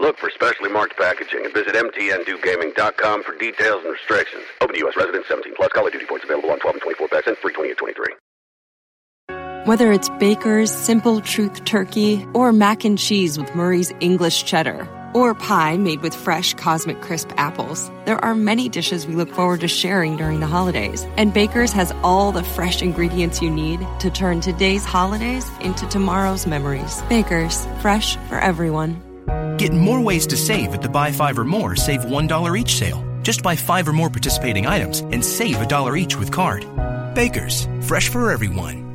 Look for specially marked packaging and visit mtndewgaming.com for details and restrictions. Open to U.S. residents 17 plus. Call of Duty points available on 12 and 24 packs and free 20 and 23. Whether it's Baker's Simple Truth Turkey or mac and cheese with Murray's English Cheddar or pie made with fresh Cosmic Crisp apples, there are many dishes we look forward to sharing during the holidays. And Baker's has all the fresh ingredients you need to turn today's holidays into tomorrow's memories. Baker's, fresh for everyone. Get more ways to save at the buy five or more, save $1 each sale. Just buy five or more participating items and save a dollar each with card. Baker's, fresh for everyone.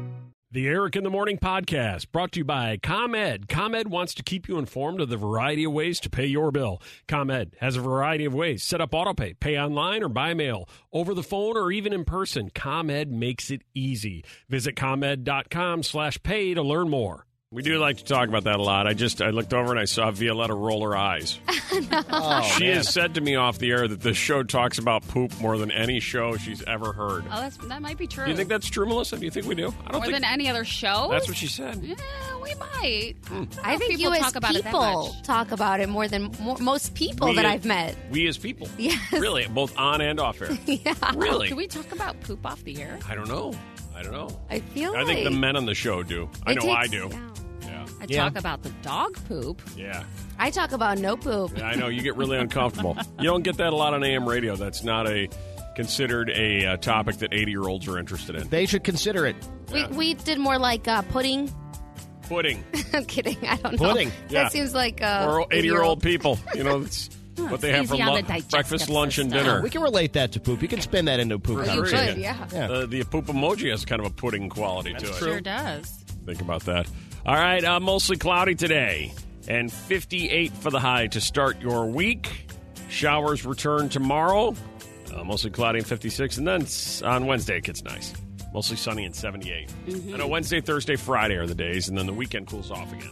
The Eric in the Morning podcast brought to you by ComEd. ComEd wants to keep you informed of the variety of ways to pay your bill. ComEd has a variety of ways set up autopay, pay online or by mail, over the phone or even in person. ComEd makes it easy. Visit ComEd.com slash pay to learn more. We do like to talk about that a lot. I just I looked over and I saw Violetta roll her eyes. Oh, she has said to me off the air that this show talks about poop more than any show she's ever heard. Oh, that's, that might be true. Do you think that's true, Melissa? Do you think we do? I don't more think than any other show? that's Hmm. what she said. Yeah, we might. I think people US talk about it that people much. talk about it more than mo most people We- that I've met. We as people. Yes. Really, both on and off air. yeah. Really? Can we talk about poop off the air? I don't know. I don't know. I feel. I think the like men on the show do. I it know I takes- do. yeah. Yeah. I talk about the dog poop. Yeah. I talk about no poop. Yeah, I know you get really uncomfortable. You don't get that a lot on AM radio. That's not a considered a uh, topic that 80-year-olds are interested in. They should consider it. We, we did more like uh, pudding. Pudding. I'm kidding. I don't know. Pudding, yeah. That seems like uh, or 80 year eighty-year-old. old people. You know, it's what they have for easy on the lu- digestive breakfast, lunch, and system. dinner. We can relate that to poop. You can spin that into a poop Right. You Conversation. could, yeah. Yeah. The, the poop emoji has kind of a pudding quality to it. Sure does. Think about that. All right, uh, mostly cloudy today and 58 for the high to start your week. Showers return tomorrow. Uh, mostly cloudy and 56. And then s- on Wednesday, it gets nice. Mostly sunny and 78. I know Wednesday, Thursday, Friday are the days, and then the weekend cools off again.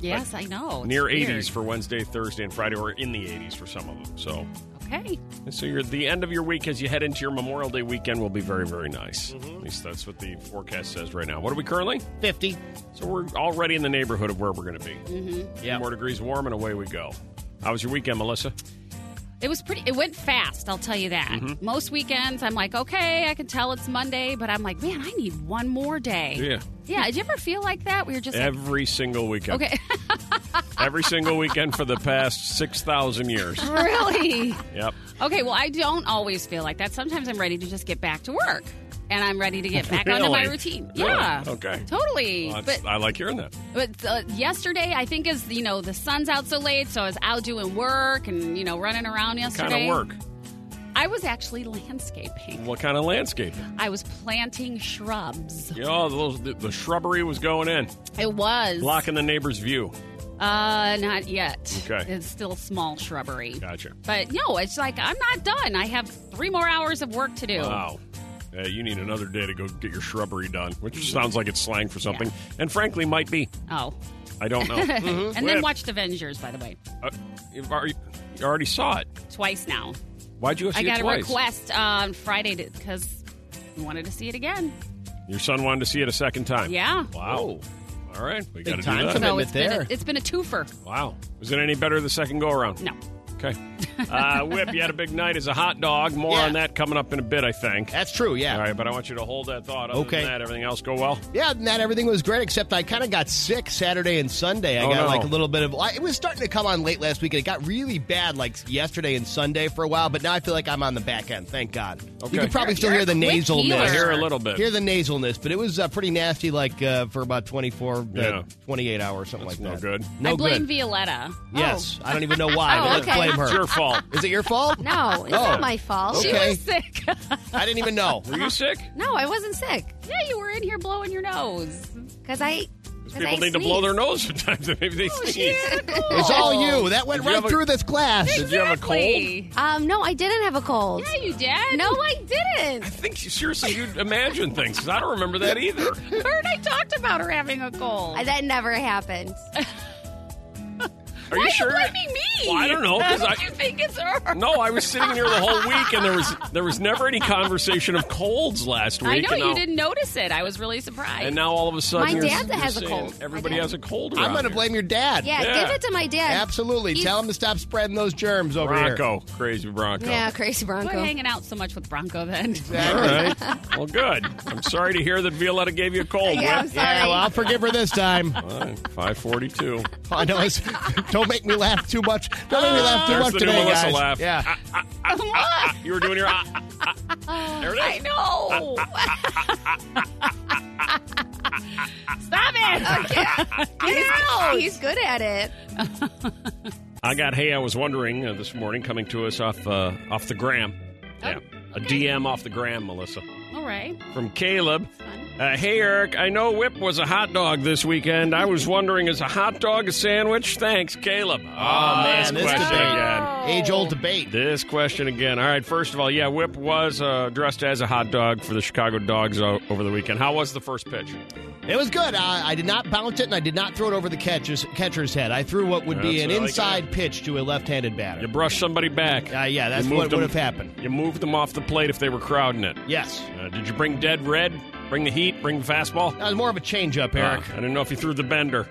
Yes, I know. It's Near weird. 80s for Wednesday, Thursday, and Friday, or in the 80s for some of them. So Okay. So you're, the end of your week as you head into your Memorial Day weekend will be very, very nice. At least that's what the forecast says right now. What are we currently? 50. So we're already in the neighborhood of where we're going to be. Mm-hmm. Yeah. More degrees warm and away we go. How was your weekend, Melissa? It was pretty. It went fast. I'll tell you that. Mm-hmm. Most weekends, I'm like, okay, I can tell it's Monday, but I'm like, man, I need one more day. Yeah. Did you ever feel like that? We were just like, Every single weekend. okay, Every single weekend for the past 6,000 years. really. Yep. Okay, well, I don't always feel like that. Sometimes I'm ready to just get back to work and I'm ready to get back onto my Really? routine. Really? Yeah. Okay. Totally. Well, that's- but I like hearing that. but uh, yesterday, I think, is, you know, the sun's out so late, so I was out doing work and, you know, running around Kind yesterday. of work. I was actually landscaping. What kind of landscape? I was planting shrubs. You know, those, the, the shrubbery was going in, It was. blocking the neighbor's view. Uh, not yet. Okay. It's still small shrubbery. Gotcha. But no, it's like I'm not done. I have three more hours of work to do. Wow. Uh, you need another day to go get your shrubbery done, Mm-hmm. which sounds like it's slang for something, and frankly, might be. Oh. I don't know. Mhm. And then Wait, watched Avengers, by the way. uh, you've already, you already saw it. twice now. Why'd you go see I it got a twice? request uh, on Friday because we wanted to see it again. Your son wanted to see it a second time. Yeah. Wow. All right, we got to do time that. commitment. So it's been a, there. it's been a twofer. Wow. Was it any better the second go around? No. Okay. Uh, Whip, you had a big night as a hot dog. More Yeah. on that coming up in a bit, I think. That's true, yeah. All right, but I want you to hold that thought. Other Okay. Than that, everything else go well. Yeah, other than that, everything was great, except I kind of got sick Saturday and Sunday. I Oh, got no. like a little bit of. I- It was starting to come on late last week, and it got really bad like yesterday and Sunday for a while, but now I feel like I'm on the back end. Thank God. Okay. You can probably still You're hear the a quick nasalness. healer. I hear a little bit. Hear the nasalness, but it was uh, pretty nasty like uh, for about 24, Yeah. uh, 28 hours, something That's like no that. good. No I blame good. Violetta. Yes. I don't even know why, Oh, but okay. let's blame her. It's your fault. Is it your fault? No, it's Oh. not my fault. Okay. She was sick. I didn't even know. Were you sick? No, I wasn't sick yeah, you were in here blowing your nose. because I And People I need to blow sneeze. their nose sometimes. and Maybe they Oh, sneeze. It's all you. That went Oh. Did right you have a- through this glass. Did you have a cold? I Um, no, I didn't have a cold. Yeah, you did. No, I didn't. think seriously you'd imagine things 'cause I don't remember that either. Bert, I talked about her having a cold. I- That never happened. Are Why you sure? Are you blaming me? Well, I don't know, 'cause How I- did you think it's her? No, I was sitting here the whole week, and there was there was never any conversation of colds last week. I know and you now- didn't notice it. I was really surprised. And now all of a sudden, My you're- dad you're has a saying cold. Everybody My dad. has a cold. I'm around going to here. blame your dad. Yeah, Yeah. give it to my dad. Absolutely. He's- Tell him to stop spreading those germs over here. Bronco, crazy Bronco. Yeah, crazy Quit Bronco. hanging out so much with Bronco then. All right. Well, good. I'm sorry to hear that Violetta gave you a cold. Yeah, I'm sorry. Yeah, well, I'll forgive her this time. Five forty-two. Oh, no, it's- don't make me laugh too much. Don't make me laugh too There's much the new today, Melissa guys. laugh. Yeah. Ah, you were doing your. Ah, ah, ah. There it I is. know. Stop it. He's, he's good at it. I got. Hey, I was wondering uh, this morning, coming to us off uh, off the gram. Oh. yeah, a DM off the gram, Melissa, All right. from Caleb. Uh, hey, Eric. I know Whip was a hot dog this weekend. I was wondering, is a hot dog a sandwich? Thanks, Caleb. Oh, man, this question debate. again. Age old debate. This question again. All right, first of all, yeah, Whip was uh, dressed as a hot dog for the Chicago Dogs o- over the weekend. How was the first pitch? It was good. I, I did not bounce it, and I did not throw it over the catcher's, catcher's head. I threw what would be That's an what I like. inside pitch to a left-handed batter. You brushed somebody back. Uh, yeah, that's You what moved would them- have happened. You moved them off the plate if they were crowding it. Yes, Uh, did you bring dead red? Bring the heat? Bring the fastball? that was more of a change-up, Eric. Uh, I didn't know if you threw the bender.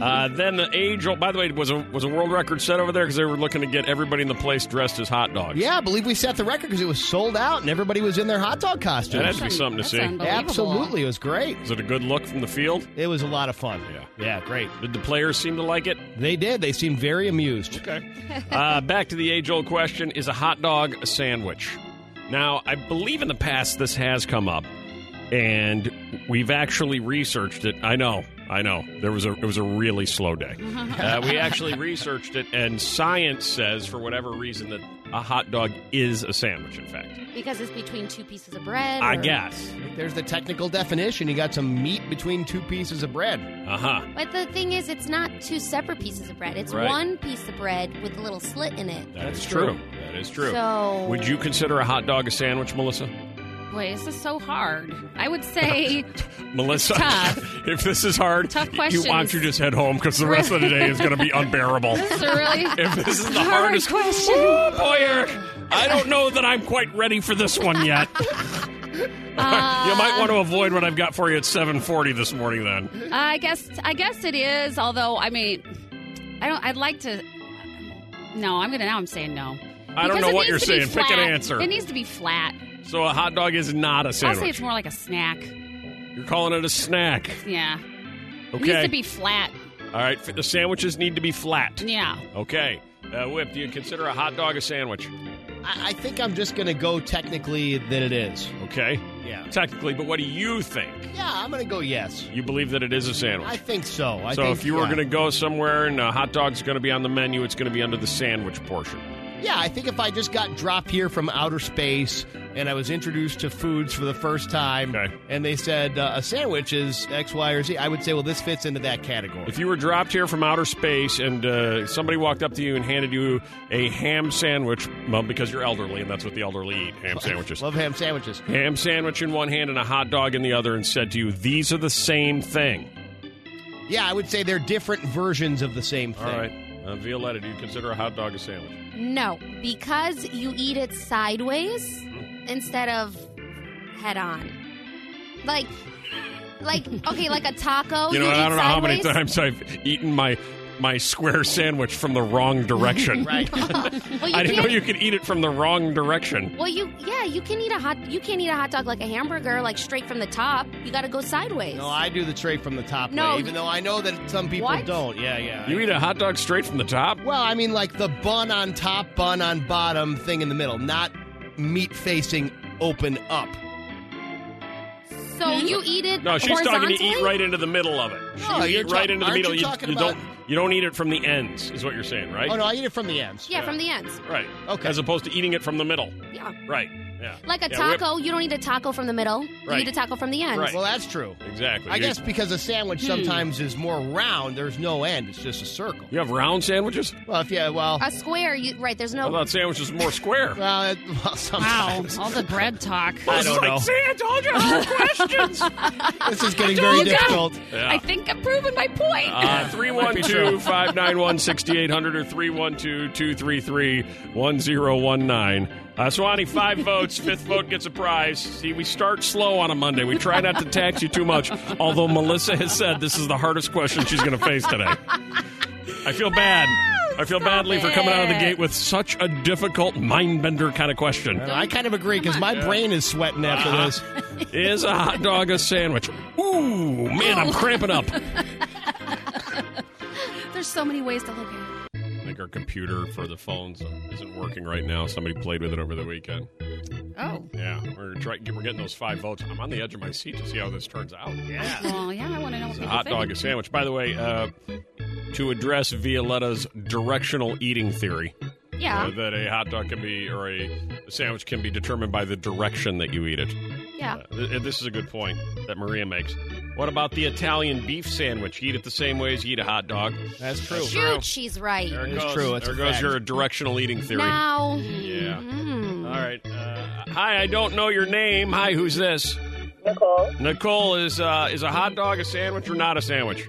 uh, then the age old. By the way, was a was a world record set over there because they were looking to get everybody in the place dressed as hot dogs. yeah, I believe we set the record because it was sold out, and everybody was in their hot dog that had costumes. to be something to That's see. unbelievable. Absolutely, it was great. Is it a good look from the field? It was a lot of fun. Yeah. yeah, great. Did the players seem to like it? They did. They seemed very amused. Okay. Uh, back to the age old question is a hot dog a sandwich? Now, I believe in the past this has come up, and we've actually researched it. I know. I know there was a it was a really slow day. Uh, we actually researched it, and science says, for whatever reason, that a hot dog is a sandwich. In fact, Because it's between two pieces of bread. I or- guess. There's the technical definition. You got some meat between two pieces of bread. Uh huh. But the thing is, it's not two separate pieces of bread. It's Right. one piece of bread with a little slit in it. That's true. true. That is true. So Would you consider a hot dog a sandwich, Melissa? Boy, this is so hard. I would say Melissa, tough. if this is hard, Tough you- you want questions. you just head home because the rest of the day is going to be unbearable. this is a really If this is the hard hardest question. Woo, boy, Eric, I don't know that I'm quite ready for this one yet. you might Um, want to avoid what I've got for you at 7:40 this morning. Then Uh, I guess I guess it is. Although I mean, I don't. I'd like to. No, I'm gonna. Now I'm saying no. I don't Because know it what needs you're to be saying. Pick an flat. answer. It needs to be flat. so a hot dog is not a I'll say sandwich. it's more like a snack. You're calling it a snack. Yeah. It needs Okay. to be flat. All right. f- The sandwiches need to be flat. Yeah. Okay. Uh, Whip, do you consider a hot dog a sandwich? I, I think I'm just going to go technically that it is. Okay. Yeah. Technically, but what do you think? Yeah, I'm going to go yes. You believe that it is a sandwich. I think so. I so think, if you were yeah. going to go somewhere and a hot dog's going to be on the menu, it's going to be under the sandwich portion. Yeah, I think if I just got dropped here from outer space and I was introduced to foods for the first time Okay. and they said uh, a sandwich is X, Y, or Z, I would say, well, this fits into that category. If you were dropped here from outer space and uh, somebody walked up to you and handed you a ham sandwich, well, because you're elderly and that's what the elderly eat, ham sandwiches. Love ham sandwiches. ham sandwich in one hand and a hot dog in the other, and said to you, "These are the same thing." Yeah, I would say they're different versions of the same thing. All right, uh, Violetta, do you consider a hot dog a sandwich? No, because you eat it sideways Mm-hmm. instead of head on. Like, like okay, like a taco. you know, Oh, eat I don't know how many sideways. times I've eaten my my square sandwich from the wrong direction. Right. Well, you I didn't know can't- you could eat it from the wrong direction. Well, you yeah, you can eat a hot you can't eat a hot dog like a hamburger, like straight from the top. You got to go sideways. No, I do the straight from the top No, way, you- even though I know that some people What? don't. Yeah, yeah. You eat a hot dog straight from the top? well, I mean, like the bun on top, bun on bottom, thing in the middle, not meat facing open up. so you eat it. No, she's talking horizontally? to eat right into the middle of it. No, you you're eat right ta- into the aren't middle. you talking don't about- you don't eat it from the ends, is what you're saying, right? Oh, no, I eat it from the ends. Yeah, from the ends. Right. Okay. As opposed to eating it from the middle. Yeah. Right. Yeah. Like a Yeah, whip- taco, you don't need a taco from the middle. You Right. need a taco from the end. Right. Well, that's true. Exactly. I You- Hmm. guess because a sandwich sometimes is more round, there's no end. It's just a circle. You have round sandwiches? Well, if you, well, A square, you right? There's I no. thought sandwiches were more square. well, it, well Wow, sometimes. all the bread talk. I It's don't like, know. See, I told you all the questions. This is getting very told ya. difficult. I think I'm proving my point. Uh, 312 591 6800 or 312 233 1019. Uh, Swanee, five votes. Fifth vote gets a prize. See, we start slow on a Monday. We try not to tax you too much, although Melissa has said this is the hardest question she's going to face today. I feel bad. I feel Stop badly for coming out of the it. gate with such a difficult mind bender kind of question. I kind of agree because my brain is sweating after Uh-huh. this. Is a hot dog a sandwich? Ooh, man, I'm cramping up. There's so many ways to look at it. I think our computer for the phones isn't working right now. Somebody played with it over the weekend. Oh, Yeah, we're try- we're getting those five votes. I'm on the edge of my seat to see how this turns out. Yeah, well, yeah. I want to know what a people hot think. dog a sandwich. By the way, uh, to address Violetta's directional eating theory Yeah, uh, that a hot dog can be or a sandwich can be determined by the direction that you eat it. yeah. Uh, th- this is a good point that Maria makes. What about the Italian beef sandwich? You eat it the same way as you eat a hot dog. That's true. Shoot, she's right. There it It's goes. true. It's there a goes fact. your directional eating theory. Now, Yeah. mm, All right. Uh, hi, I don't know your name. Hi, who's this? Nicole, Nicole is uh, is a hot dog a sandwich or not a sandwich?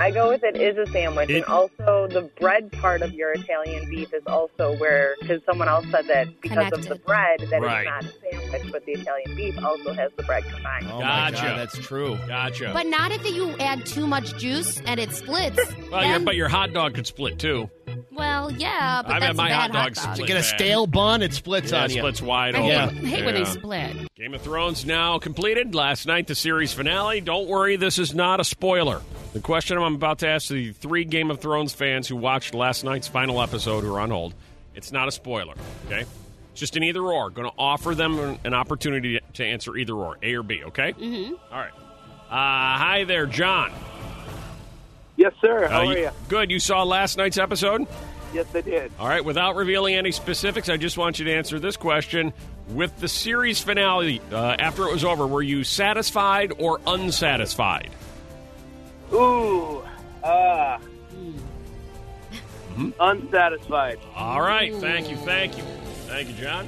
I go with it is a sandwich, It- and also the bread part of your Italian beef is also where because someone else said that because of the Connected. bread that Right. it's not a sandwich, but the Italian beef also has the bread combined. Oh my Gotcha. God, that's true. Gotcha. but not if you add too much juice and it splits. well, your, Then- but your hot dog could split too. well, yeah, but I've that's had my a bad hot dog To split. get a bad. stale bun, it splits Yeah, on it you. splits wide I open. hate, when- hate when they Yeah. split. Game of Thrones now completed. Last night, the series finale. Don't worry, this is not a spoiler. The question I'm about to ask the three Game of Thrones fans who watched last night's final episode who are on hold, it's not a spoiler, okay? It's just an either or. Going to offer them an- an opportunity to answer either or, A or B, okay? Mm-hmm. All right. Uh, hi there, John. Yes, sir. Uh, you- Good. You saw last night's episode? Yes, I did. All right, without revealing any specifics, I just want you to answer this question. With the series finale, uh, after it was over, were you satisfied or unsatisfied? Ooh, ah, unsatisfied. All right, thank you, thank you. Thank you, John.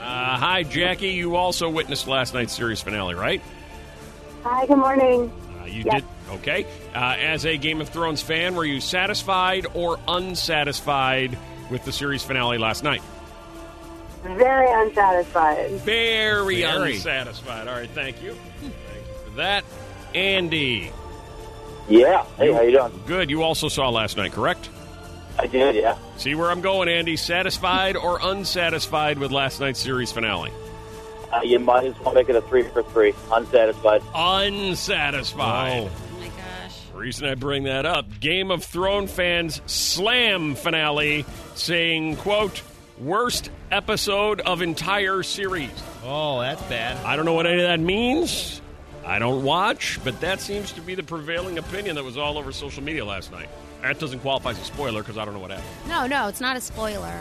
Uh, hi, Jackie. You also witnessed last night's series finale, right? Hi, good morning. Uh, you did. Okay. Uh, as a Game of Thrones fan, were you satisfied or unsatisfied with the series finale last night? Very unsatisfied. Very, Very. unsatisfied. All right, thank you. Thank you for that. Andy, Yeah. Hey, how you doing? good. You also saw last night, correct? I did. Yeah. See where I'm going, Andy. Satisfied or unsatisfied with last night's series finale? Uh, you might as well make it a three for three. Unsatisfied. Unsatisfied. Oh my gosh. Reason I bring that up: Game of Thrones fans slam finale, saying, "quote worst episode of entire series." Oh, that's bad. I don't know what any of that means. I don't watch, but that seems to be the prevailing opinion that was all over social media last night. That doesn't qualify as a spoiler because I don't know what happened. no, no, it's not a spoiler.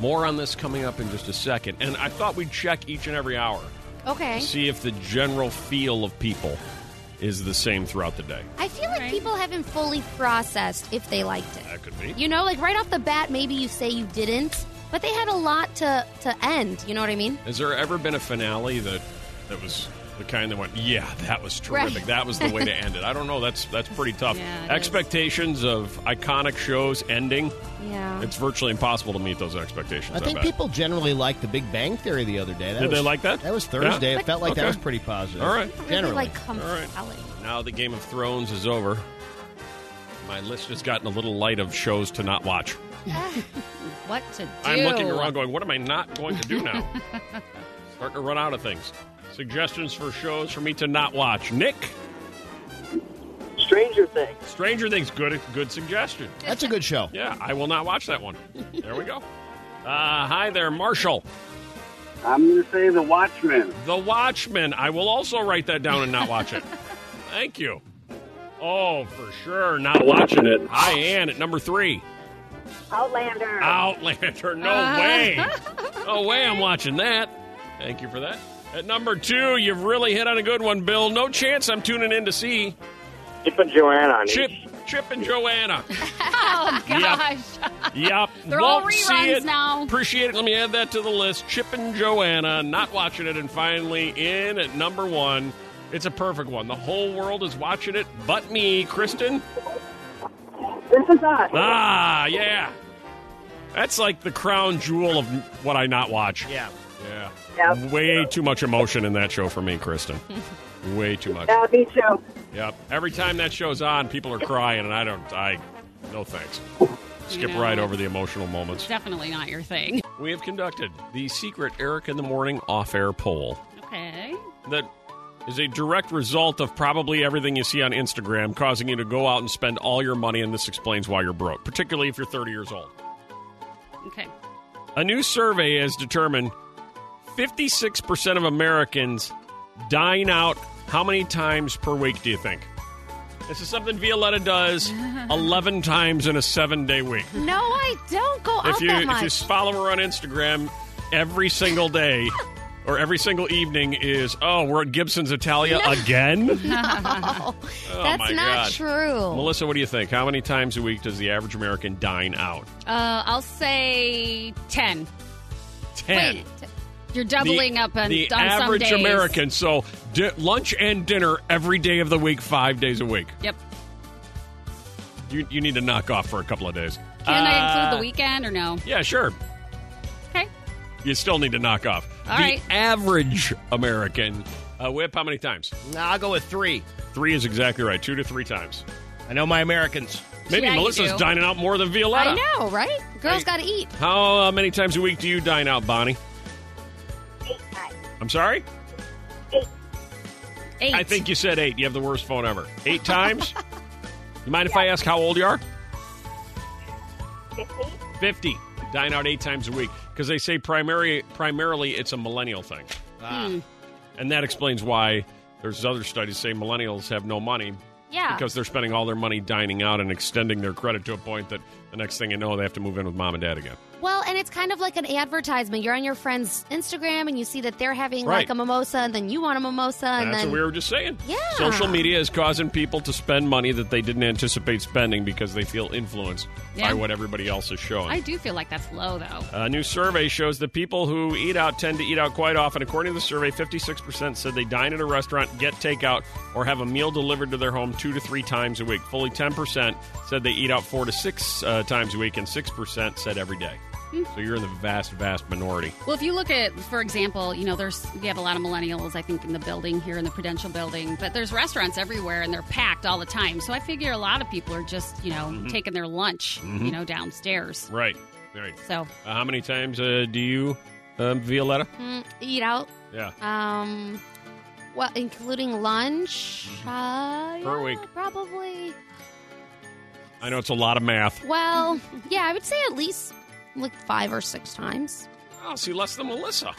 More on this coming up in just a second. And I thought we'd check each and every hour Okay. to see if the general feel of people is the same throughout the day. I feel like Right. people haven't fully processed if they liked it. That could be. You know, like right off the bat, maybe you say you didn't, but they had a lot to to end. You know what I mean? Has there ever been a finale that that was the kind that went, yeah, that was terrific. Right. That was the way to end it. I don't know. That's that's pretty tough. Yeah, it is. Expectations of iconic shows ending. Uh-huh. Yeah. It's virtually impossible to meet those expectations. I think bet. people generally liked The Big Bang Theory the other day. That Did was, they like that? That was Yeah. Thursday. It felt like Okay. that was pretty positive. All right. Not Generally. really like right. compelling. Now the Game of Thrones is over. My list has gotten a little light of shows to not watch. What to do? I'm looking around going, what am I not going to do now? Starting to run out of things. Suggestions for shows for me to not watch. Nick, Stranger Things. Stranger Things, good good suggestion. That's a good show. Yeah, I will not watch that one. There we go. Uh, hi there, Marshall. I'm going to say The Watchmen. The Watchmen. I will also write that down and not watch it. Thank you. Oh, for sure, not watching it. Hi, Ann at number three. Outlander. Uh-huh. Outlander. No way. No way I'm watching that. Thank you for that. At number two, you've really hit on a good one, Bill. No chance I'm tuning in to see Chip and Joanna on Chip, each. Chip and Joanna. Oh gosh. Yep. They're all Won't see reruns it. now. Appreciate it. Let me add that to the list. Chip and Joanna, not watching it. And finally, in at number one, it's a perfect one. The whole world is watching it but me, Kristen. This is us. Ah, yeah. That's like the crown jewel of what I not watch. Yeah. Yeah. Yep. Way too much emotion in that show for me, Kristen. Way too much. Yeah, me too. Yep. Every time that show's on, people are crying, and I don't. I, no thanks. Skip No. right over the emotional moments. Definitely not your thing. We have conducted the secret Eric in the Morning off air poll Okay. that is a direct result of probably everything you see on Instagram, causing you to go out and spend all your money, and this explains why you're broke, particularly if you're 30 years old. Okay. A new survey has determined 56% of Americans dine out how many times per week, do you think? This is something Violetta does 11 times in a seven day week. No, I don't go out if you that if you much. follow her on Instagram, every single day or every single evening is oh we're at Gibson's Italia again. No. Oh my That's not God. true. Melissa, what do you think? How many times a week does the average American dine out? Uh, I'll say ten. Ten. Wait, you're doubling the, up on, the on some average days. American. So di- lunch and dinner every day of the week, five days a week. Yep. You you need to knock off for a couple of days. Can I Uh, include the weekend or no? Yeah, sure. Okay. You still need to knock off. All the right. average American. Uh, Whip, how many times? Nah, I'll go with three. Three is exactly right. Two to three times. I know my Americans. Maybe Yeah, you Melissa's do. dining out more than Violetta. I know, right? Girls got to eat. How uh, many times a week do you dine out, Bonnie? Eight times. I'm sorry? Eight. I think you said eight. You have the worst phone ever. Eight times? You mind if I ask how old you are? 50? 50. Dine out eight times a week. Because they say primary, primarily it's a millennial thing. Ah. And that explains why there's other studies say millennials have no money Yeah. because they're spending all their money dining out and extending their credit to a point that the next thing you know, they have to move in with mom and dad again. Well, and it's kind of like an advertisement. You're on your friend's Instagram and you see that they're having Right. like a mimosa and then you want a mimosa and That's then what we were just saying. Yeah. Social media is causing people to spend money that they didn't anticipate spending because they feel influenced Yeah. by what everybody else is showing. I do feel like that's low though. a new survey shows that people who eat out tend to eat out quite often. According to the survey, 56% said they dine at a restaurant, get takeout, or have a meal delivered to their home two to three times a week. Fully 10% said they eat out four to six uh, times a week, and 6% said every day. Hmm. So you're in the vast, vast minority. Well, if you look at, for example, you know, there's we have a lot of millennials, I think, in the building here in the Prudential building, but there's restaurants everywhere and they're packed all the time. So I figure a lot of people are just, you know, Mm-hmm. taking their lunch, you know, downstairs. Right. Right. So Uh, how many times uh, do you, um, Violetta? Mm, eat out. Yeah. Um, well, including lunch. Uh, Mm-hmm. Per yeah, week. Probably. I know it's a lot of math. Well, yeah, I would say at least like five or six times. Oh, see, less than Melissa.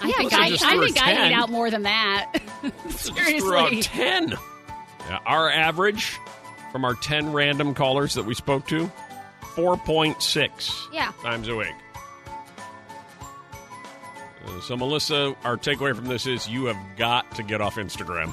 I Yeah, think so I, just I threw think a I 10. eat out more than that. Just threw out Seriously. 10. Yeah, our average from our 10 random callers that we spoke to, 4.6 Yeah. times a week. Uh, So, Melissa, our takeaway from this is you have got to get off Instagram.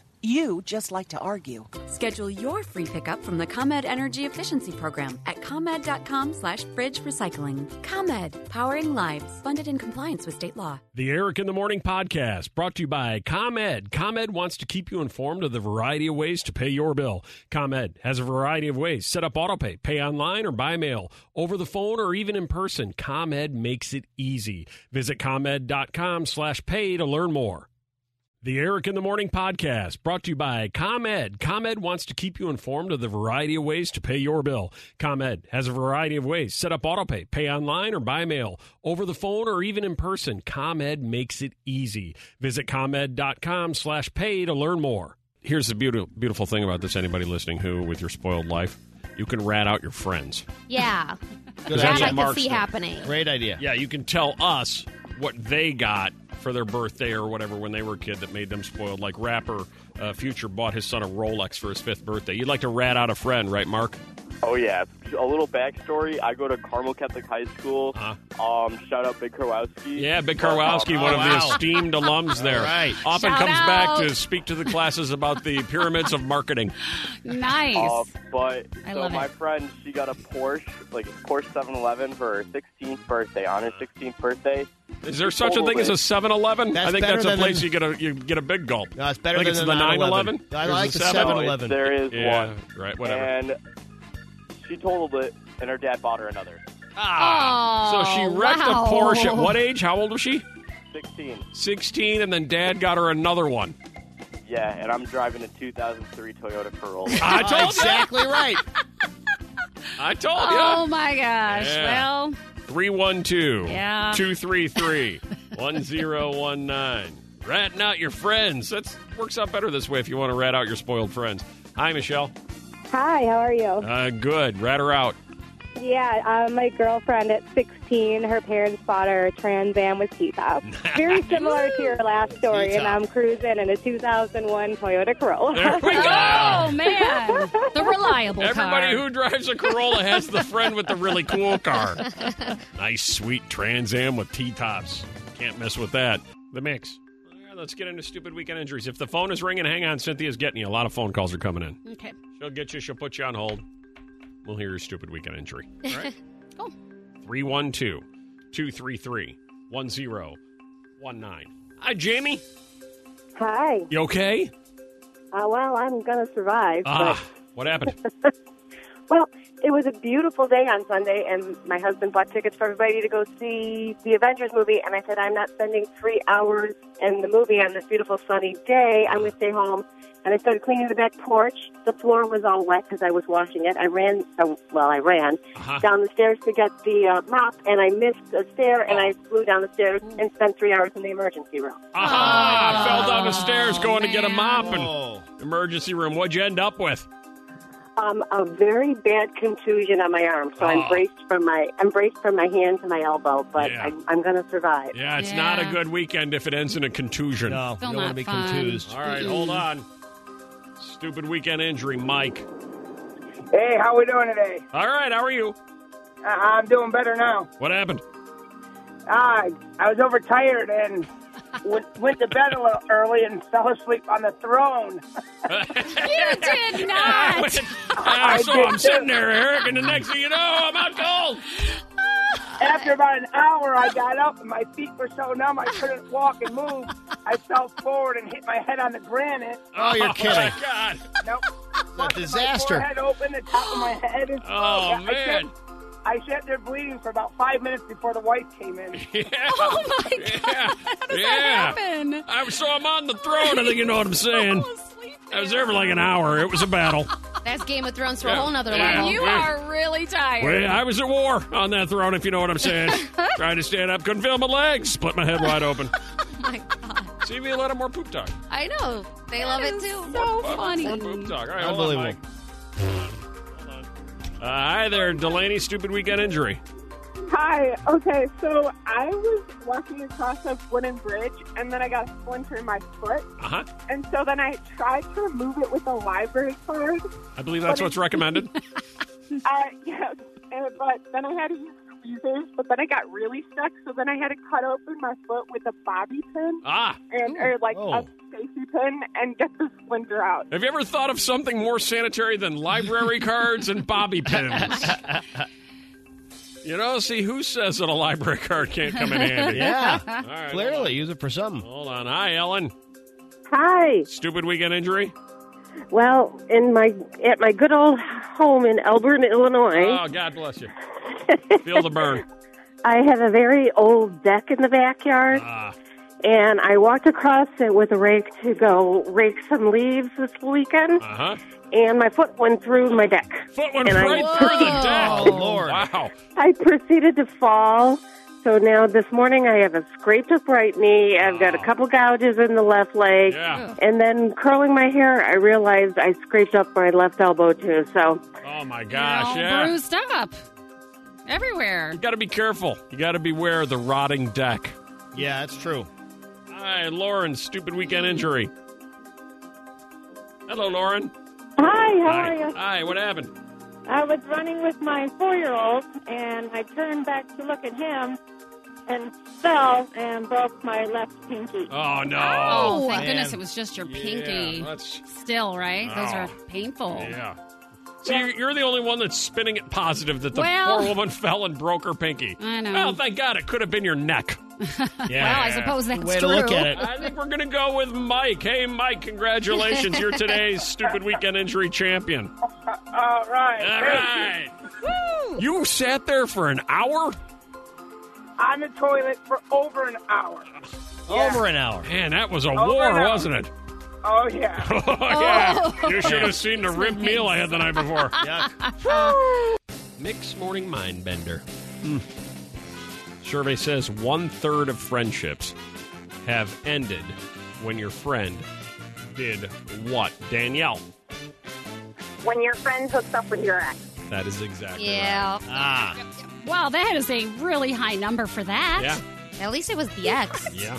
You just like to argue. Schedule your free pickup from the ComEd Energy Efficiency Program at ComEd.com slash fridge recycling. ComEd, powering lives, funded in compliance with state law. The Eric in the Morning podcast brought to you by ComEd. ComEd wants to keep you informed of the variety of ways to pay your bill. ComEd has a variety of ways set up autopay, pay online or by mail, over the phone or even in person. ComEd makes it easy. Visit ComEd.com slash pay to learn more. The Eric in the Morning podcast brought to you by ComEd. ComEd wants to keep you informed of the variety of ways to pay your bill. ComEd has a variety of ways set up autopay, pay online or by mail, over the phone or even in person. ComEd makes it easy. Visit ComEd.com slash pay to learn more. Here's the beautiful, beautiful thing about this anybody listening who, with your spoiled life, you can rat out your friends. Yeah. Good that idea. I can Mark's see there. happening. Great idea. Yeah, you can tell us what they got for their birthday or whatever when they were a kid that made them spoiled. Like rapper uh, Future bought his son a Rolex for his fifth birthday. You'd like to rat out a friend, right, Mark? Oh yeah, a little backstory. I go to Carmel Catholic High School. Um, shout out Big Karwowski. Uh-huh. Um, Yeah, Big Karwowski, one of the wow. esteemed alums there. All right. Often Shout comes out. back to speak to the classes about the pyramids of marketing. Nice. Oh, Uh, but I so love my it. friend, she got a Porsche, like a Porsche 711 for her 16th birthday. On her 16th birthday, Is there such a thing as a 7 Eleven? I think that's a place you get a you get a big gulp. No, it's better I think than the it's the 9/11. I There's like a the seven. 7-Eleven. There is Yeah, one. Right, whatever. And she totaled it, and her dad bought her another. Ah, so she wrecked wow. a Porsche at what age? How old was she? 16. 16, and then dad got her another one. Yeah, and I'm driving a 2003 Toyota Corolla. I told Exactly right. you. I told Oh you. my gosh. Yeah. Well, 312 Yeah. 233 1019. Ratting out your friends. That works out better this way if you want to rat out your spoiled friends. Hi, Michelle. Hi, how are you? Uh, good. Rat her out. yeah, uh, my girlfriend at 16, her parents bought her a Trans Am with T-top. Very similar to your last story, and T-top. I'm cruising in a 2001 Toyota Corolla. Oh man, the reliable Everybody car. who drives a Corolla has the friend with the really cool car. Nice, sweet Trans Am with T tops. Can't mess with that. The mix. All right, Let's get into stupid weekend injuries. If the phone is ringing, hang on. Cynthia's getting you. A lot of phone calls are coming in. Okay. She'll get you. She'll put you on hold. We'll hear your stupid weekend injury. 312 233 1019. Hi, Jamie. Hi. You okay? Uh, well, I'm going to survive. Ah, what happened? But, well, it was a beautiful day on Sunday, and my husband bought tickets for everybody to go see the Avengers movie. And I said, I'm not spending three hours in the movie on this beautiful sunny day. I'm going to stay home. And I started cleaning the back porch. The floor was all wet because I was washing it. I ran, uh, well, I ran Uh-huh. down the stairs to get the uh, mop, and I missed a stair, and I flew down the stairs and spent three hours in the emergency room. Aha! Ah, fell down the stairs going to get a mop and Oh. emergency room. What'd you end up with? Um, a very bad contusion on my arm, so Oh. I'm braced from my I'm braced from my hand to my elbow, but Yeah. I'm, I'm going to survive. Yeah, it's not a good weekend if it ends in a contusion. No, Still you don't wanna not be fun. contused. All right, Mm-mm. hold on. Stupid weekend injury, Mike. Hey, how we doing today? All right, how are you? Uh, I'm doing better now. What happened? Uh, I was overtired and went, went to bed a little early and fell asleep on the throne. you did not. Ah, I so did I'm too. sitting there, Eric, and the next thing you know, I'm out cold. After about an hour, I got up and my feet were so numb I couldn't walk and move. I fell forward and hit my head on the granite. Oh, you're kidding. My God. Nope. Busted my disaster. forehead open, the top of my head. is- Oh, I sat- man. I sat there bleeding for about five minutes before the wife came in. Oh, my God. yeah. I, so I'm on the throne, I think you know what I'm saying. I was there for like an hour. It was a battle. That's Game of Thrones for Yeah. a whole nother Yeah. level. You are really tired. Well, I was at war on that throne, if you know what I'm saying. Trying to stand up, couldn't feel my legs, split my head wide open. Oh my God. See if you let him more poop talk. I know. They love it too. So funny. More poop talk. All right, hold on, Mike. Uh, hi there, Delaney. Stupid weekend injury. Hi. Okay, so I was walking across a wooden bridge, and then I got a splinter in my foot, Uh huh. and so then I tried to remove it with a library card. I believe that's what's recommended. Uh, yes, and, but then I had to use tweezers, but then I got really stuck, so then I had to cut open my foot with a bobby pin, Ah. and or like Oh. a safety pin, and get the splinter out. Have you ever thought of something more sanitary than library cards and bobby pins? you know, see who says that a library card can't come in handy. Yeah. All right, hold Clearly, on. use it for something. Hold on. Hi, Ellen. Hi. Stupid weekend injury. Well, in my at my good old home in Elburn, Illinois, Oh, God bless you. Feel the burn. I have a very old deck in the backyard, Ah. and I walked across it with a rake to go rake some leaves this weekend, Uh huh. and my foot went through my deck. Foot went and right I, Oh, through the deck. Oh, Lord. Wow. I proceeded to fall So now this morning I have a scraped up right knee. I've got a couple gouges in the left leg. Yeah. And then curling my hair, I realized I scraped up my left elbow too. So Oh my gosh! All Yeah, bruised up everywhere. you got to be careful. You got to beware the rotting deck. Yeah, that's true. All right, Lauren, stupid weekend injury. Hello, Lauren. Hi, how Hi. are you? Hi, what happened? I was running with my four year old and I turned back to look at him and fell and broke my left pinky. Oh no! Oh, thank Man. goodness it was just your pinky. Still, right? Those Oh. are painful. Yeah. So you're, you're the only one that's spinning it positive that the Well- poor woman fell and broke her pinky. I know. Well, thank God it could have been your neck. Well, I suppose that's Way to true. look at it. I think we're gonna go with Mike. Hey, Mike, congratulations! You're today's stupid weekend injury champion. All right. All thank Woo! You sat there for an hour. you. On the toilet for over an hour. Over an hour. Man, that was a Over war, an hour. wasn't it? Oh, yeah. oh, yeah. You should have seen the rib meal I had the night before. Mixed morning mind bender. Survey says one third of friendships have ended when your friend did what? Danielle. When your friend hooks up with your ex. That is exactly Yeah. right. Ah, Wow, that is a really high number for that. Yeah. At least it was the ex. Uh, yeah.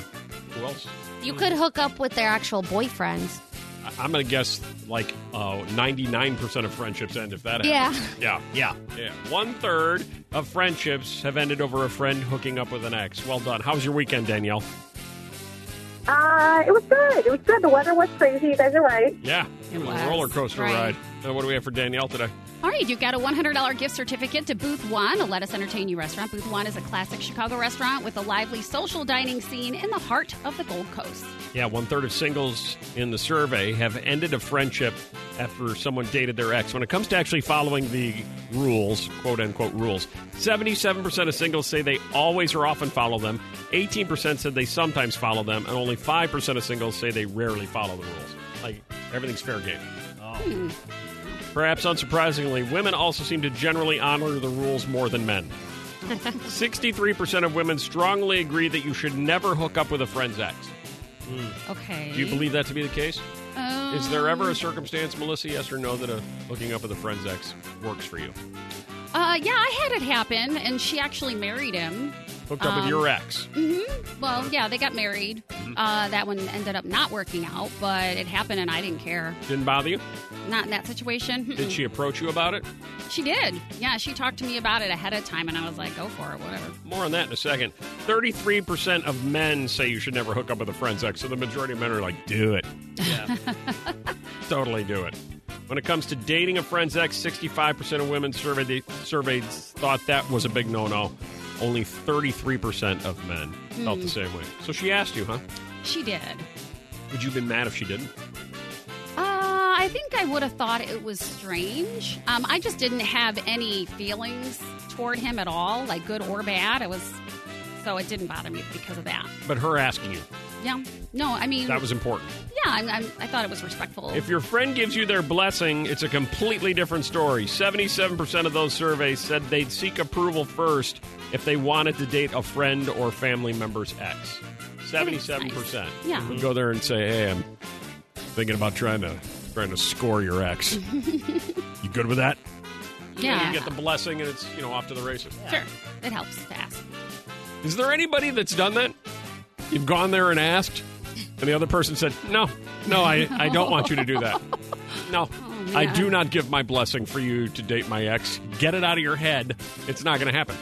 Who else? You could hook up with their actual boyfriends. I- I'm gonna guess like uh, 99% of friendships end if that Yeah. happens. Yeah, yeah, yeah. One third of friendships have ended over a friend hooking up with an ex. Well done. How was your weekend, Danielle? Uh, it was good. It was good. The weather was crazy. You guys are right. Yeah, it was, was, a roller coaster right. ride. Now, what do we have for Danielle today? All right, you've got a $100 gift certificate to Booth One, a Let Us Entertain You restaurant. Booth One is a classic Chicago restaurant with a lively social dining scene in the heart of the Gold Coast. Yeah, one third of singles in the survey have ended a friendship after someone dated their ex. When it comes to actually following the rules, quote unquote rules, 77% of singles say they always or often follow them, 18% said they sometimes follow them, and only 5% of singles say they rarely follow the rules. Like, everything's fair game. Hmm. Perhaps unsurprisingly, women also seem to generally honor the rules more than men. 63% of women strongly agree that you should never hook up with a friend's ex. Okay. Do you believe that to be the case? Um, Is there ever a circumstance, Melissa, yes or no, that a hooking up with a friend's ex works for you? Uh, yeah, I had it happen, and she actually married him. Hooked up Um, with your ex. hmm Well, yeah, they got married. Mm-hmm. Uh, that one ended up not working out, but it happened, and I didn't care. Didn't bother you? Not in that situation. Mm-mm. Did she approach you about it? She did. Yeah, she talked to me about it ahead of time, and I was like, go for it, whatever. More on that in a second. 33% of men say you should never hook up with a friend's ex, so the majority of men are like, do it. Yeah. totally do it. When it comes to dating a friend's ex, 65% of women surveyed, they, surveyed thought that was a big no no. Only 33% of men felt Hmm. the same way. So she asked you, huh? She did. Would you have been mad if she didn't? Uh, I think I would have thought it was strange. Um, I just didn't have any feelings toward him at all, like good or bad. It was so it didn't bother me because of that. But her asking you, Yeah. No, I mean, that was important. yeah. I, I, I thought it was respectful. If your friend gives you their blessing, it's a completely different story. 77% of those surveys said they'd seek approval first if they wanted to date a friend or family member's ex. 77%. Yeah. Would go there and say, hey, I'm thinking about trying to trying to score your ex. you good with that? Yeah. You get the blessing and it's, you know, off to the races. sure, it helps to ask. Is there anybody that's done that? You've gone there and asked, and the other person said, No, no, I, I don't want you to do that. No, I do not give my blessing for you to date my ex. Get it out of your head. It's not going to happen.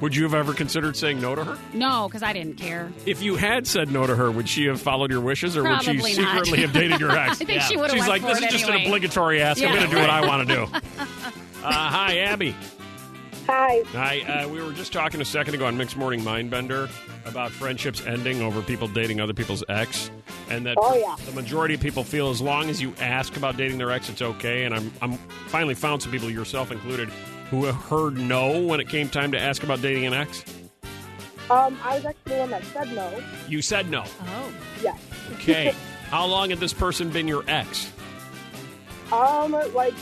Would you have ever considered saying no to her? No, because I didn't care. If you had said no to her, would she have followed your wishes, or would Probably she not. secretly have dated your ex? I think she would've She's went like, for this is it just an anyway." obligatory ask. I'm Yeah. going to do what I want to do. Uh, hi, Abby. Hi. Hi, uh, we were just talking a second ago on Mixed Morning Mindbender about friendships ending over people dating other people's ex, and that Oh, yeah. the majority of people feel as long as you ask about dating their ex, it's okay. And I'm I'm finally found some people, yourself included, who heard no when it came time to ask about dating an ex. Um, I was actually the one that said no. You said no. Oh. Yes. Okay, how long had this person been your ex? Um, like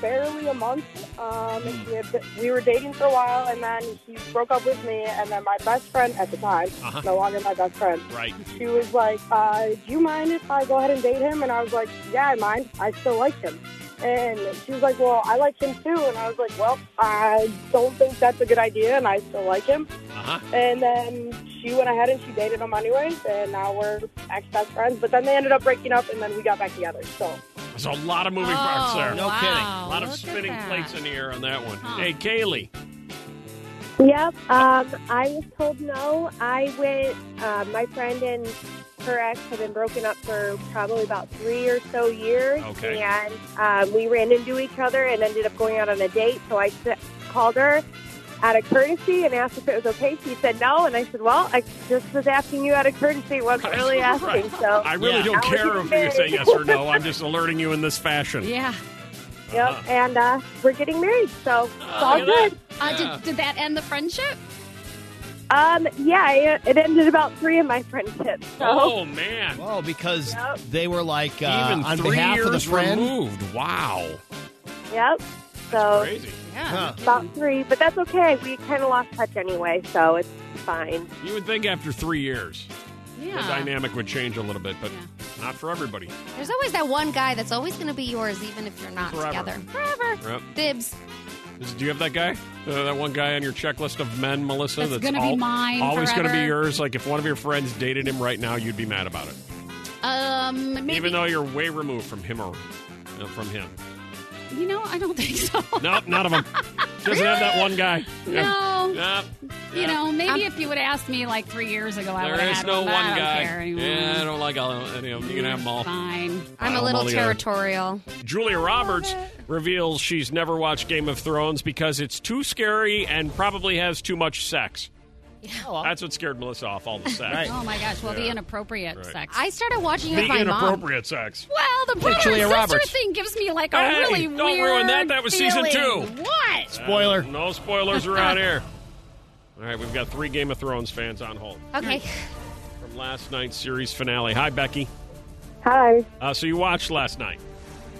barely a month. Um, Hmm. and we, had, we were dating for a while, and then he broke up with me. And then my best friend at the time, Uh-huh. no longer my best friend, Right. she was like, uh, "Do you mind if I go ahead and date him?" And I was like, "Yeah, I mind. I still like him." And she was like, "Well, I like him too." And I was like, "Well, I don't think that's a good idea, and I still like him." Uh-huh. And then she went ahead and she dated him anyways, and now we're ex best friends. But then they ended up breaking up, and then we got back together. So There's a lot of moving Oh, parts there. No wow. kidding. A lot of Look at spinning that. plates in the air on that one. Hey, Kaylee. Yep. Um, I was told no. I went. Uh, my friend and her ex have been broken up for probably about three or so years, Okay. and um, we ran into each other and ended up going out on a date. So I s- called her out of courtesy and asked if it was okay. She said no, and I said, "Well, I just was asking you out of courtesy. wasn't really asking." Right. So I really Yeah. don't I was care if you married. say yes or no. I'm just alerting you in this fashion. Yeah. Yep. And uh, we're getting married, so it's all look at good. Uh, did, did that end the friendship? Um, yeah, it, it ended about three of my friendships. So. Oh man! Well, because they were like uh, Even on three behalf years of the friend. removed. Wow. Yep. So Crazy. Huh. about three, but that's okay. We kind of lost touch anyway, so it's fine. You would think after three years, the dynamic would change a little bit, but not for everybody. There's always that one guy that's always going to be yours, even if you're not Forever. together. Forever. Yep. Bibs. Is- Do you have that guy? Uh, that one guy on your checklist of men, Melissa? That's gonna be mine Always to be forever. yours. Like if one of your friends dated him right now, you'd be mad about it, Um, maybe. even though you're way removed from him or uh, from him. you know, I don't think so. Nope, none of them. Doesn't have that one guy. No. Nope. You know, maybe if you would have asked me like three years ago, I would There have is had no one, one but I don't guy. care anymore. yeah, I don't like all any of them. You can have them all. Fine. I'm a Wow, little Molly, uh, territorial. Julia Roberts reveals she's never watched Game of Thrones because it's too scary and probably has too much sex. That's what scared Melissa off. All the sex. Oh my gosh! Well, the Yeah. inappropriate Right. sex. I started watching it the with my mom. inappropriate sex. Well, the brother Julia and sister Roberts. thing gives me like a Hey, really don't weird. ruin that. That was season feeling. two. Uh, What? Spoiler. no spoilers around here. All right, we've got three Game of Thrones fans on hold Okay. from last night's series finale. Hi, Becky. Hi. Uh, so you watched last night.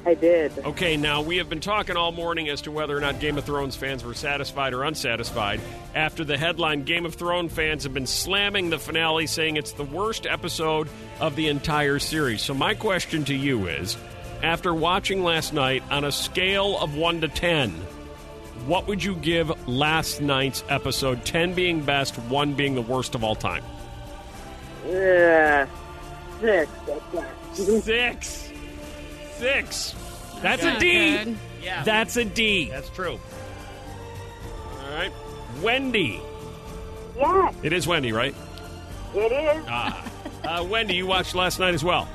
I did. Okay, now we have been talking all morning as to whether or not Game of Thrones fans were satisfied or unsatisfied after the headline Game of Thrones fans have been slamming the finale, saying it's the worst episode of the entire series. So, my question to you is after watching last night, on a scale of 1 to 10, what would you give last night's episode? 10 being best, 1 being the worst of all time. Yeah. Six. Six. Six. That's a Not D. good. Yeah. That's a D. That's true. All right. Wendy. Yeah, It is Wendy, right? it is. Ah. Uh, Wendy, you watched last night as well.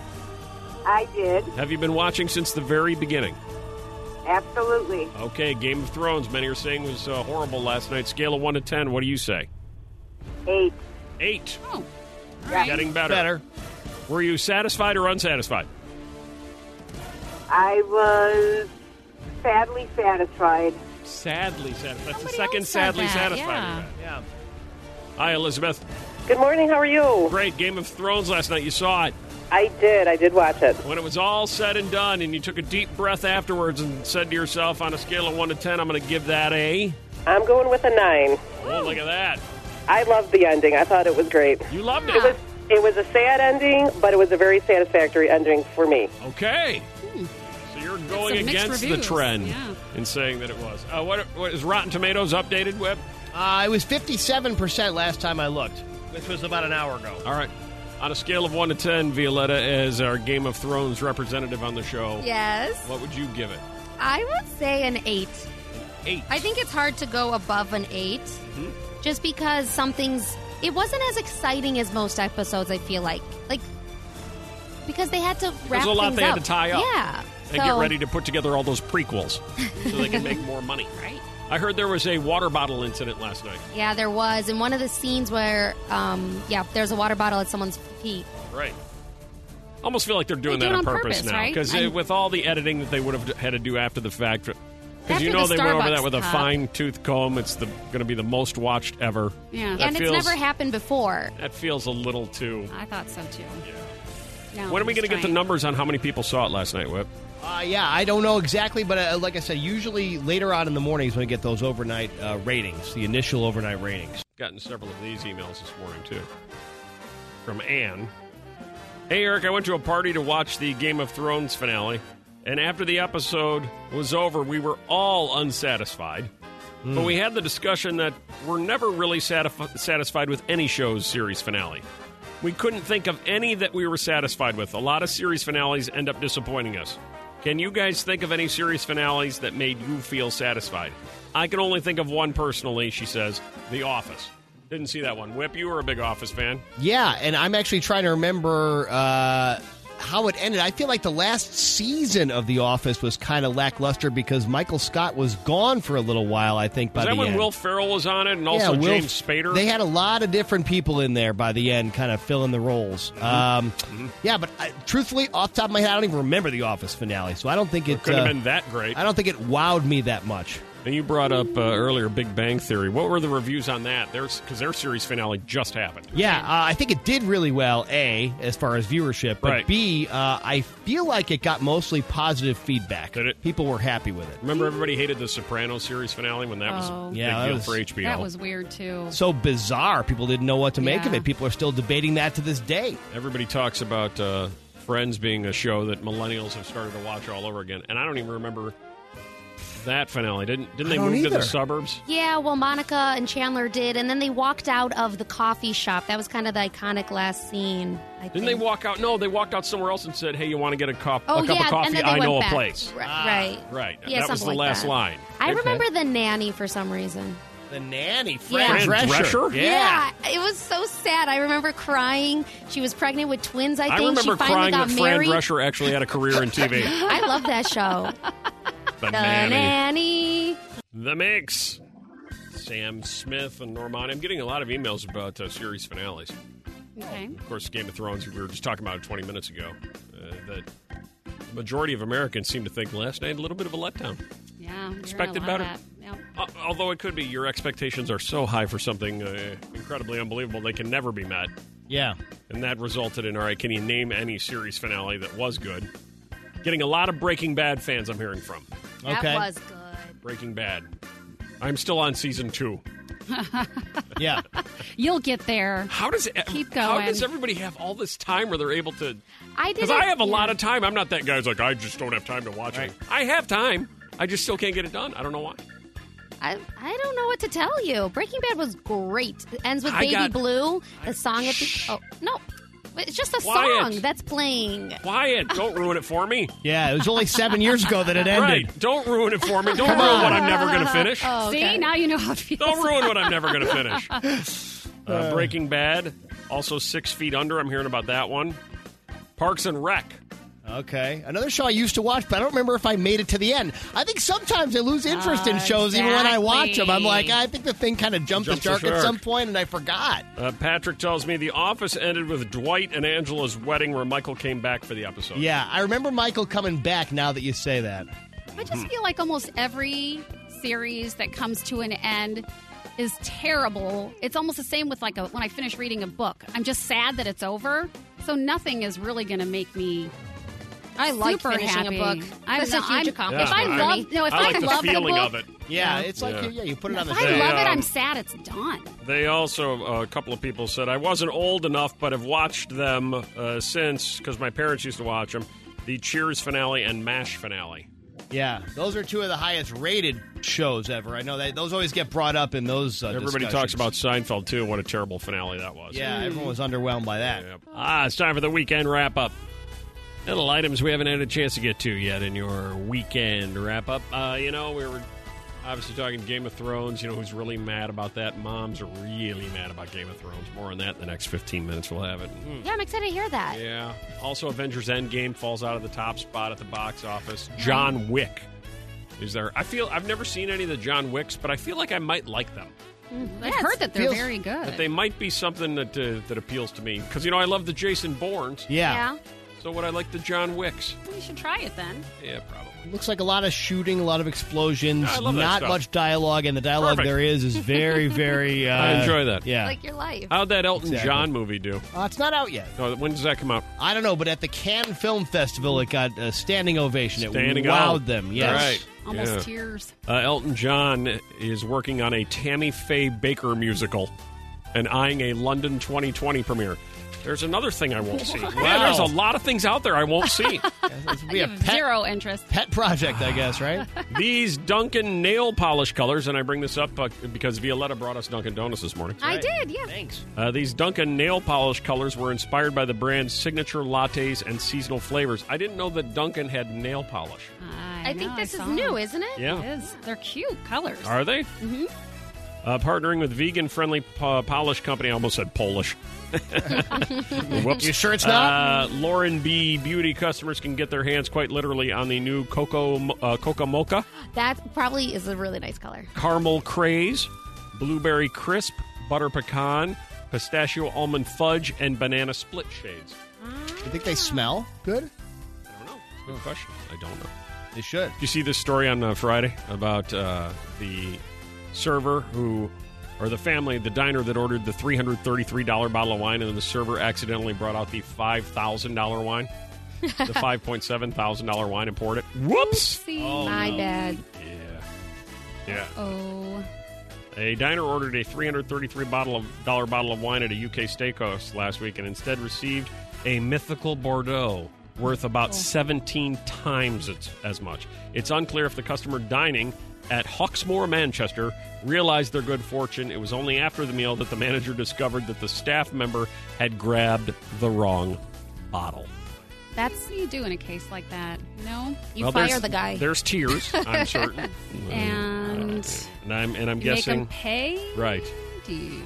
I did. Have you been watching since the very beginning? Absolutely. Okay, Game of Thrones, many are saying was uh, horrible last night. Scale of 1 to 10, what do you say? Eight. Eight. Oh. Getting better. Better. Were you satisfied or unsatisfied? I was sadly satisfied. Sadly satisfied. That's the else second said sadly that, satisfied. yeah. we've had. Hi, Elizabeth. Good morning. How are you? Great. Game of Thrones last night. You saw it. I did. I did watch it. When it was all said and done, and you took a deep breath afterwards and said to yourself, on a scale of 1 to 10, I'm going to give that a. I'm going with a nine. Oh, look at that. I loved the ending. I thought it was great. You loved it. It was, it was a sad ending, but it was a very satisfactory ending for me. Okay. Hmm. So you're some going mixed against the reviews. trend Yeah. in saying that it was. Uh, what, what is Rotten Tomatoes updated, Web? Uh, it was 57% last time I looked, which was about an hour ago. All right. On a scale of 1 to 10, Violetta is our Game of Thrones representative on the show. Yes. What would you give it? I would say an eight. Eight. I think it's hard to go above an 8 Hmm? just because something's. It wasn't as exciting as most episodes. I feel like, like because they had to wrap There's a lot things they up. had to tie up. Yeah, And get ready to put together all those prequels so they can make more money. Right. I heard there was a water bottle incident last night. Yeah, there was in one of the scenes where, um, yeah, there's a water bottle at someone's feet. Right. Almost feel like they're doing They that do it on on purpose, purpose, now right? because I'm- with all the editing that they would have had to do after the fact, because After you know the they went over Starbucks that with a cup. fine tooth comb. It's the going to be the most watched ever. Yeah. That and feels, it's never happened before. That feels a little too. I thought so too. No, when are I'm we just going to get the trying. numbers on how many people saw it last night, Whip? Uh, yeah, I don't know exactly, but uh, like I said, usually later on in the mornings when I get those overnight uh, ratings, the initial overnight ratings. Gotten several of these emails this morning, too. From Anne. Hey, Eric, I went to a party to watch the Game of Thrones finale, and after the episode was over, we were all unsatisfied. But Hmm. we had the discussion that we're never really satisf- satisfied with any show's series finale. We couldn't think of any that we were satisfied with. A lot of series finales end up disappointing us. Can you guys think of any series finales that made you feel satisfied? I can only think of one personally, she says The Office. Didn't see that one. Whip, you were a big Office fan. Yeah, and I'm actually trying to remember uh, how it ended. I feel like the last season of The Office was kind of lackluster because Michael Scott was gone for a little while. I think by Was the that when end. Will Ferrell was on it and also yeah, Will- James Spader? They had a lot of different people in there by the end, kind of filling the roles. Mm-hmm. Um, Yeah, but I, truthfully, off the top of my head, I don't even remember the Office finale, so I don't think it could have uh, been that great. I don't think it wowed me that much. And you brought up uh, earlier Big Bang Theory. What were the reviews on that? There's because their series finale just happened. Yeah, uh, I think it did really well. A as far as viewership, but Right. B, uh, I feel like it got mostly positive feedback. Did it? People were happy with it. Remember, everybody hated the Soprano series finale when that was Oh. a big Yeah, that deal was- for HBO. That was weird too. So bizarre. People didn't know what to make of Yeah. it. People are still debating that to this day. everybody talks about uh, Friends being a show that millennials have started to watch all over again, and I don't even remember that finale. Didn't didn't I they don't move to the either. suburbs? Yeah, well, Monica and Chandler did, and then they walked out of the coffee shop. That was kind of the iconic last scene. I Didn't they walk out? No, they walked out somewhere else and said, "Hey, you want to get a cup? Oh, a cup yeah, of and coffee? then they I went know back. a place." Ah, Right, Ah. right. Right. Yeah, that was the something like last that. line. I remember the nanny for some reason. The nanny, yeah. Fran Fran Drescher? Drescher? Yeah. it was so sad. I remember crying. She was pregnant with twins. I think remember she finally crying got that Fran married. Drescher actually had a career in TV. I love that show. the the nanny. nanny. The Mix. Sam Smith and Norman. I'm getting a lot of emails about uh, series finales. Okay. Of course, Game of Thrones, we were just talking about it 20 minutes ago, uh, that the majority of Americans seem to think last night a little bit of a letdown. Yeah. you're Expected gonna love better. that. Yep. Al- Although it could be your expectations are so high for something uh, incredibly unbelievable, they can never be met. Yeah. And that resulted in all right, can you name any series finale that was good? Getting a lot of Breaking Bad fans I'm hearing from. That was good. Breaking Bad. I'm still on season two. yeah. You'll get there. How does it, Keep How going. does everybody have all this time where they're able to? I Because did. I have a lot of time. I'm not that guy who's like I just don't have time to watch it. I have time. I just still can't get it done. I don't know why. I, I don't know what to tell you. Breaking Bad was great. It ends with I Baby got- Blue. The song at the oh no, it's just a Wyatt. song that's playing. Wyatt, don't ruin it for me. Yeah, it was only seven years ago that it ended. Right? Don't ruin it for me. Don't Come ruin on. what I'm never going to finish. Oh, See, now you know how it feels. Don't ruin what I'm never going to finish. Uh, Breaking Bad, also Six Feet Under. I'm hearing about that one. Parks and Rec. Okay, another show I used to watch, but I don't remember if I made it to the end. I think sometimes I lose interest in shows even when I watch them. I'm like, I think the thing kind of jumped Jumped the the shark at shark. some point, and I forgot. Uh, Patrick tells me The Office ended with Dwight and Angela's wedding, where Michael came back for the episode. Yeah, I remember Michael coming back. Now that you say that, I Hmm. just feel like almost every series that comes to an end is terrible. It's almost the same with like a, when I finish reading a book. I'm just sad that it's over. So nothing is really going to make me. I like super finishing a happy. book. I'm That's a not, huge I'm- accomplishment If I for love, me. no, if I, I like the love feeling the book, of it. Yeah, it's like you- yeah, you put it on If the I shelf. love it, Yeah. I'm sad it's done. They also, uh, a couple of people said, I wasn't old enough, but have watched them uh, since because my parents used to watch them. The Cheers finale and MASH finale. yeah, those are two of the highest rated shows ever. I know that those always get brought up in those. Uh, Everybody discussions. talks about Seinfeld too. What a terrible finale that was. Yeah, everyone was underwhelmed by that. Ah, it's time for the weekend wrap up. Little items we haven't had a chance to get to yet in your weekend wrap up. Uh, you know, we were obviously talking Game of Thrones. You know, who's really mad about that? Moms are really mad about Game of Thrones. More on that in the next 15 minutes. We'll have it. Mm. Yeah, I'm excited to hear that. Yeah. Also, Avengers Endgame falls out of the top spot at the box office. John Wick is there. I feel I've never seen any of the John Wicks, but I feel like I might like them. I've heard that they're feels- very good. That they might be something that uh, that appeals to me because you know I love the Jason Bournes. Yeah. So would I like the John Wicks? We should try it then. Yeah, probably. Looks like a lot of shooting, a lot of explosions, I love that not stuff. much dialogue, and the dialogue Perfect. there is is very, very. Uh, I enjoy that. Yeah. Like your life. How'd that Elton Exactly. John movie do? Uh, it's not out yet. No, when does that come out? I don't know, but at the Cannes Film Festival, it got a standing ovation. Standing it wowed out. them. Yes. All right. Almost Yeah. tears. Uh, Elton John is working on a Tammy Faye Baker musical and eyeing a London 2020 premiere. There's another thing I won't see. Yeah, there's a lot of things out there I won't see. We have pet, Zero interest. pet project, I guess, right? These Dunkin' nail polish colors, and I bring this up uh, because Violetta brought us Dunkin' Donuts this morning. I did, yeah. Thanks. Uh, these Dunkin' nail polish colors were inspired by the brand's signature lattes and seasonal flavors. I didn't know that Dunkin' had nail polish. Uh-huh. I, think know, this I is saw new, it. isn't it? Yeah. It is. They're cute colors. Are they? hmm Mm-hmm. Uh, partnering with vegan friendly po- polish company. I almost said Polish. Whoops. You sure it's not? Uh, Lauren B. Beauty customers can get their hands quite literally on the new Coco, Mo- uh, Coca Mocha, That probably is a really nice color. Caramel Craze, Blueberry Crisp, Butter Pecan, Pistachio Almond Fudge, and Banana Split Shades. I think they smell good. Good question. I don't know. They should. Did you see this story on uh, Friday about uh, the server who, or the family, the diner that ordered the $333 bottle of wine, and then the server accidentally brought out the $5,000 wine, the $5.7,000 wine, and poured it. Whoops! My bad. Yeah. Yeah. Oh. A diner ordered a 333 bottle of dollar bottle of wine at a UK steakhouse last week, and instead received a mythical Bordeaux worth Oh. about 17 times its, as much. It's unclear if the customer dining at Hawksmoor, Manchester, realized their good fortune. It was only after the meal that the manager discovered that the staff member had grabbed the wrong bottle. That's what do you do in a case like that. No, you Well, fire there's- the guy. There's tears, I'm certain, and and I'm and I'm you guessing make them pay. right. Do you?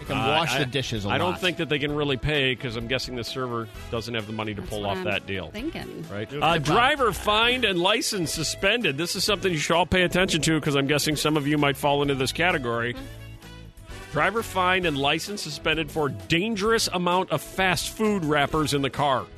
They can wash Uh, I- the dishes a I don't lot. think that they can really pay because I'm guessing the server doesn't have the money to pull what off I'm that deal. Thinking. Right. Uh, driver fined and license suspended. This is something you should all pay attention to because I'm guessing some of you might fall into this category. Mm-hmm. Driver fined and license suspended for dangerous amount of fast food wrappers in the car.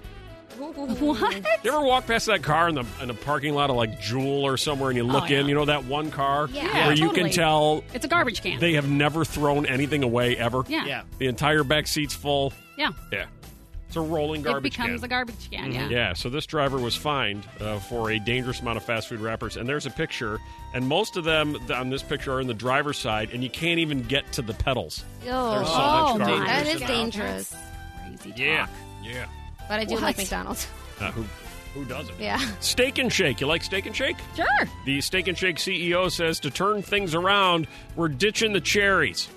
What? You ever walk past that car in the in the parking lot of like Jewel or somewhere, and you look Oh, yeah. in, you know that one car Yeah, where you totally. can tell It's a garbage can. they have never thrown anything away ever. Yeah. Yeah. The entire back seat's full. yeah. Yeah. It's a rolling It garbage becomes can. a garbage can. Yeah. Mhm. so this driver was fined uh, for a dangerous amount of fast food wrappers, and there's a picture, and most of them th- on this picture are in the driver's side, and you can't even get to the pedals. There's so oh, much garbage. my. That in is there. dangerous. Crazy talk. Yeah, yeah. But I do What? like McDonald's. Uh, who, who doesn't? Yeah. Steak and Shake. You like Steak and Shake? Sure. The Steak and Shake CEO says to turn things around, we're ditching the cherries.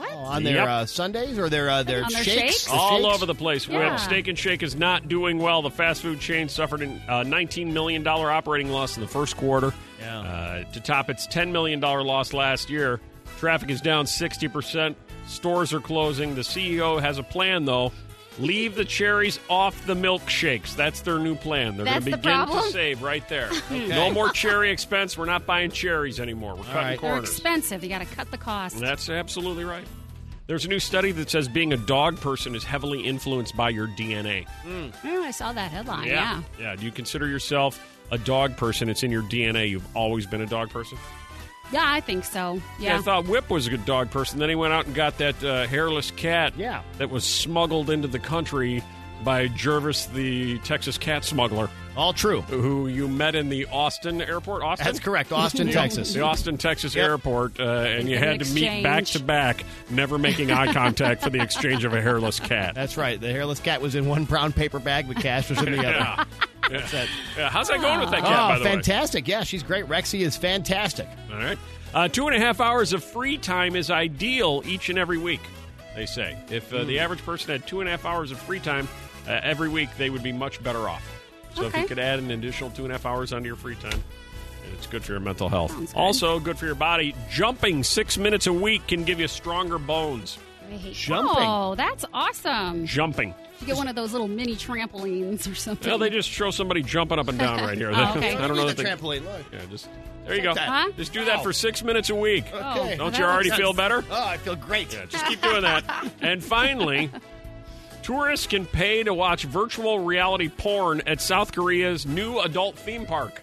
Oh, on their Yep. uh, Sundays or their uh, their, On their shakes? shakes, The all shakes? over the place. Yeah. Whip Steak and Shake is not doing well. The fast food chain suffered a uh, $19 million operating loss in the first quarter. Uh, to top its $10 million loss last year, traffic is down 60%. Stores are closing. The CEO has a plan, though. Leave the cherries off the milkshakes. That's their new plan. They're going That's to the begin to problem? save right there. No more cherry expense. We're not buying cherries anymore. We're cutting right. They're corners. expensive. You got to cut the cost. That's absolutely right. There's a new study that says being a dog person is heavily influenced by your DNA. Oh, I saw that headline. Yeah. yeah. Do you consider yourself a dog person? It's in your DNA. You've always been a dog person. Yeah, I think so. I Yeah. thought Whip was a good dog person. Then he went out and got that uh, hairless cat Yeah. that was smuggled into the country by Jervis, the Texas cat smuggler, All true. who you met in the Austin airport. Austin? That's correct. Austin, The- Texas. The Austin, Texas Yep. airport, uh, and you An had to meet exchange. back to back, never making eye contact for the exchange of a hairless cat. That's right. The hairless cat was in one brown paper bag, the cash was in the other. Yeah. That's it. Yeah, how's that going with that Ah, cat, by Oh, the fantastic. Yeah, she's great. Rexy is fantastic. way? All right. Uh, two and a half hours of free time is ideal each and every week, they say. If uh, the Hmm. average person had two and a half hours of free time uh, every week, they would be much better off. So if you Okay. could add an additional two and a half hours onto your free time, and it's good for your mental health. Sounds good. Also, good for your body. Jumping six minutes a week can give you stronger bones. I hate Jumping. Oh, that's awesome. Jumping. You get one of those little mini trampolines or something. Well, they just show somebody jumping up and down right here. Oh, okay. I don't know Look at that the they. trampoline. Look. Yeah, just there you go. that. Huh? Just do that for six minutes a week. Oh, Okay. well, Don't that you already makes feel sense. better? Oh, I feel great. Yeah, just keep doing that. And finally, Tourists can pay to watch virtual reality porn at South Korea's new adult theme park.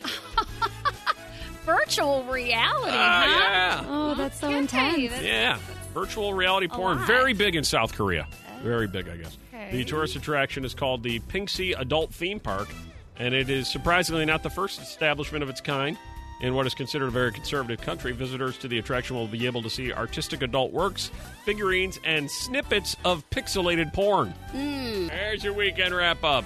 Virtual Uh, Uh-huh. reality, Ah, huh? yeah. Oh, that's so intense. Yeah, virtual reality porn, lot. Oh, very big in South Korea. Very big, I guess. Okay. The tourist attraction is called the Pinksy Adult Theme Park, and it is surprisingly not the first establishment of its kind in what is considered a very conservative country. Visitors to the attraction will be able to see artistic adult works, figurines, and snippets of pixelated porn. Hmm. There's your weekend wrap up.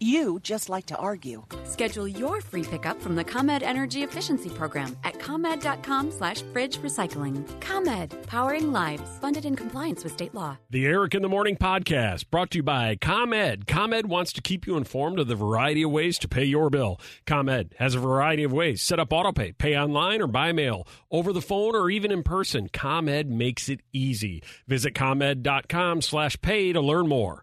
You just like to argue. Schedule your free pickup from the ComEd Energy Efficiency Program at ComEd.com slash fridge recycling. ComEd, powering lives, funded in compliance with state law. The Eric in the Morning podcast brought to you by ComEd. ComEd wants to keep you informed of the variety of ways to pay your bill. ComEd has a variety of ways set up autopay, pay online or by mail, over the phone or even in person. ComEd makes it easy. Visit ComEd.com slash pay to learn more.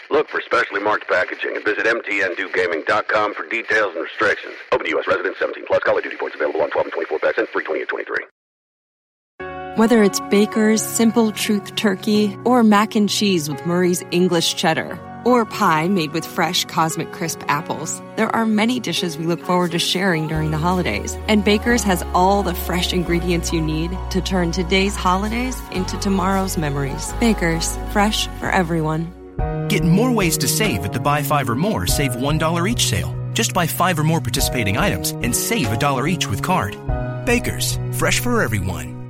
Look for specially marked packaging and visit mtndewgaming.com for details and restrictions. Open to U.S. residents 17 plus. Call of Duty points available on 12 and 24 packs and free 20 and 23. Whether it's Baker's Simple Truth Turkey or mac and cheese with Murray's English Cheddar or pie made with fresh Cosmic Crisp apples, there are many dishes we look forward to sharing during the holidays. And Baker's has all the fresh ingredients you need to turn today's holidays into tomorrow's memories. Baker's, fresh for everyone. Get more ways to save at the buy five or more, save $1 each sale. Just buy five or more participating items and save a dollar each with card. Baker's, fresh for everyone.